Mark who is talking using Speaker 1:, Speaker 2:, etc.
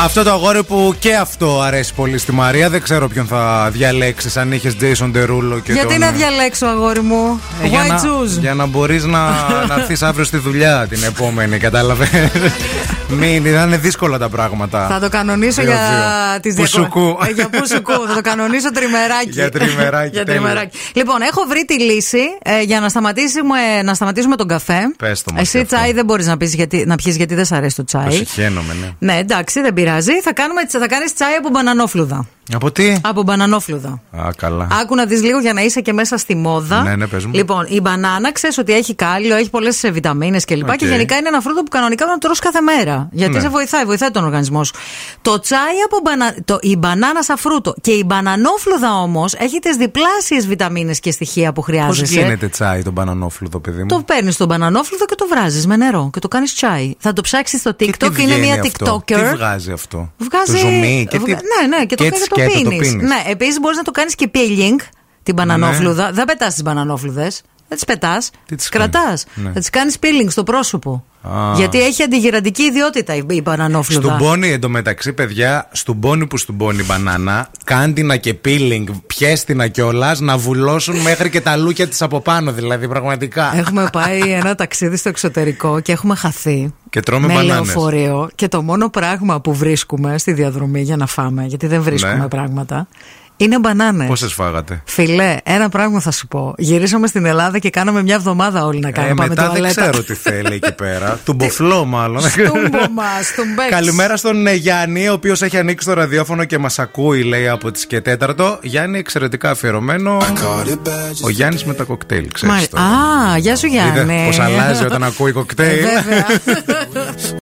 Speaker 1: Αυτό το αγόρι που και αυτό αρέσει πολύ στη Μαρία. Δεν ξέρω ποιον θα διαλέξεις αν είχες Jason Derulo και
Speaker 2: Γιατί
Speaker 1: τον...
Speaker 2: να διαλέξω, αγόρι μου.
Speaker 1: Ε, για
Speaker 2: Why
Speaker 1: να,
Speaker 2: choose.
Speaker 1: για να μπορείς να, να έρθεις αύριο στη δουλειά την επόμενη, κατάλαβες. Μην θα είναι δύσκολα τα πράγματα.
Speaker 2: Θα το κανονίσω
Speaker 1: Δύο,
Speaker 2: για
Speaker 1: δύο.
Speaker 2: τις
Speaker 1: Πουσουκού.
Speaker 2: διακο- Ε, Για πουσουκού. Θα το κανονίσω τριμεράκι.
Speaker 1: Για τριμεράκι,
Speaker 2: Για
Speaker 1: τέλεια.
Speaker 2: τριμεράκι. Λοιπόν, έχω βρει τη λύση ε, για να σταματήσουμε, να σταματήσουμε τον καφέ.
Speaker 1: Πες το μας
Speaker 2: Εσύ
Speaker 1: γι' αυτό.
Speaker 2: τσάι δεν μπορείς να, πεις γιατί, να πιεις γιατί δεν σ' αρέσει το
Speaker 1: Το
Speaker 2: τσάι.
Speaker 1: συχαίνομαι, ναι.
Speaker 2: Ναι, εντάξει, δεν πειράζει. Θα, κάνουμε, θα κάνεις τσάι από μπανανόφλουδα.
Speaker 1: Από τι?
Speaker 2: Από μπανανόφλουδα.
Speaker 1: Α, καλά.
Speaker 2: Άκου να δεις λίγο για να είσαι και μέσα στη μόδα.
Speaker 1: Ναι, ναι, πες μου.
Speaker 2: Λοιπόν, η μπανάνα ξέρεις ότι έχει κάλιο, έχει πολλές βιταμίνες κλπ. Και, λοιπά
Speaker 1: Οκ.
Speaker 2: και γενικά είναι ένα φρούτο που κανονικά πρέπει να το τρως κάθε μέρα. Γιατί
Speaker 1: Ναι.
Speaker 2: σε βοηθάει, βοηθάει τον οργανισμός σου. Το τσάι από μπανα... το... η μπανάνα σαν φρούτο και η μπανανόφλουδα όμως έχει τις διπλάσιες βιταμίνες και στοιχεία που
Speaker 1: Πώς
Speaker 2: χρειάζεσαι.
Speaker 1: γίνεται τσάι τον μπανανόφλουδο, παιδί μου.
Speaker 2: ε. Το παίρνεις τον μπανανόφλουδο και το βράζεις με νερό και το κάνεις τσάι. Θα το ψάξεις στο
Speaker 1: Και τι
Speaker 2: TikTok, είναι
Speaker 1: βγαίνει
Speaker 2: μια
Speaker 1: αυτό?
Speaker 2: TikToker.
Speaker 1: Τι βγάζει αυτό.
Speaker 2: Βγάζει.
Speaker 1: Το ζουμί και τι.
Speaker 2: βγα- Ναι, ναι, και το, και
Speaker 1: έτσι
Speaker 2: το
Speaker 1: σκέτο το
Speaker 2: πίνεις.
Speaker 1: πίνεις. Ναι.
Speaker 2: Ναι, επίσης μπορείς να το κάνεις και peeling την μπανανόφλουδα. Δεν πετάς τις μπανανόφλουδε. Δεν τις πετάς.
Speaker 1: Τι τις
Speaker 2: κρατά.
Speaker 1: κάνεις? Ναι.
Speaker 2: Θα τις κάνεις peeling στο πρόσωπο.
Speaker 1: Α.
Speaker 2: Γιατί έχει αντιγυραντική ιδιότητα η, η μπανανόφλουδα.
Speaker 1: Στον πόνι εντωμεταξύ, παιδιά, στον πόνι που στον πόνι μπανάνα, κάντινα και peeling, πιέστηνα κιόλας να βουλώσουν μέχρι και τα λούκια της από πάνω, δηλαδή πραγματικά.
Speaker 2: Έχουμε πάει ένα ταξίδι στο εξωτερικό και έχουμε χαθεί.
Speaker 1: Και τρώμε
Speaker 2: με
Speaker 1: μπανάνες.
Speaker 2: λεωφορείο. Και το μόνο πράγμα που βρίσκουμε στη διαδρομή για να φάμε, γιατί δεν βρίσκουμε
Speaker 1: Ναι.
Speaker 2: πράγματα, είναι μπανάνες.
Speaker 1: Πόσε φάγατε.
Speaker 2: Φιλέ, ένα πράγμα θα σου πω. Γυρίσαμε στην Ελλάδα και κάναμε μια εβδομάδα όλοι να κάνουμε.
Speaker 1: Ε,
Speaker 2: πάμε
Speaker 1: μετά δεν
Speaker 2: τουαλέτα.
Speaker 1: ξέρω τι θέλει εκεί πέρα. Του μποφλό, μάλλον.
Speaker 2: Στούμπο μας, στουμπέξ.
Speaker 1: Καλημέρα στον ε, Γιάννη, ο οποίος έχει ανοίξει το ραδιόφωνο και μας ακούει, λέει, από τις και τέταρτο. Γιάννη, εξαιρετικά αφιερωμένο. Ο Γιάννης με τα κοκτέιλ, ξέρεις.
Speaker 2: Μάλιστα. Α, γεια σου Γιάννη.
Speaker 1: Πώς αλλάζει όταν ακούει κοκτέιλ.
Speaker 2: Ε, βέβαια.